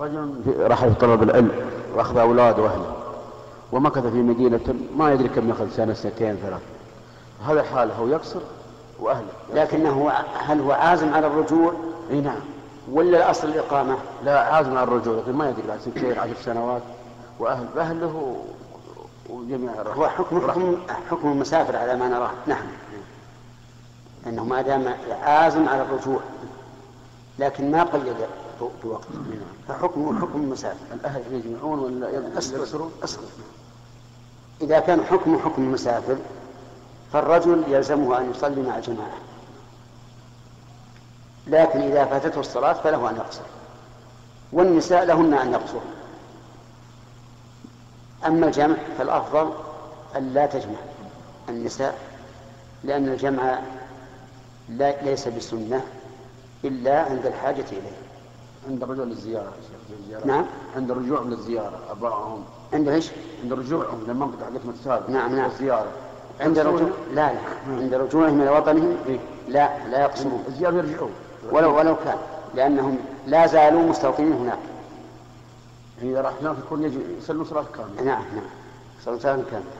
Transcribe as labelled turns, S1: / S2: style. S1: رجل في- رحل في طلب العلم واخذ اولاده واهله ومكث في مدينه ما يدري كم يخرج سنه سنتين ثلاث هذا حاله هو يقصر واهله
S2: لكنه هل هو عازم على الرجوع
S1: اي نعم
S2: ولا الاصل الاقامه؟
S1: لا عازم على الرجوع لكن ما يدري بعد سنتين عشر سنوات واهل اهله و- وجميع
S2: هو
S1: الرحل
S2: حكم حكم حكم المسافر على ما نراه نعم انه ما دام عازم على الرجوع لكن ما قيد ب- بوقت فحكمه حكم المسافر
S1: الاهل يجمعون ولا
S2: اصبر
S1: يقصرون
S2: اصبر اذا كان حكمه حكم المسافر فالرجل يلزمه ان يصلي مع الجماعه لكن اذا فاتته الصلاه فله ان يقصر والنساء لهن ان يقصر أما الجمع فالأفضل أن لا تجمع النساء لأن الجمع لا ليس بسنة إلا عند الحاجة إليه
S1: عند الرجوع للزياره يا شيخ في الزيارة.
S2: نعم.
S1: عند الرجوع من الزياره ابائهم
S2: عند ايش؟
S1: عند رجوعهم للمنطقه حقتهم السابقه
S2: نعم، نعم.
S1: الزياره
S2: عند رجوع لا لا عند رجوعهم إلى وطنهم لا لا يقصرون
S1: الزياره يرجعون
S2: ولو ولو كان لأنهم لا زالوا مستوطنين هناك
S1: اذا راح هناك يكون يجي يصلوا صلاه كامله
S2: نعم نعم صلاة كاملة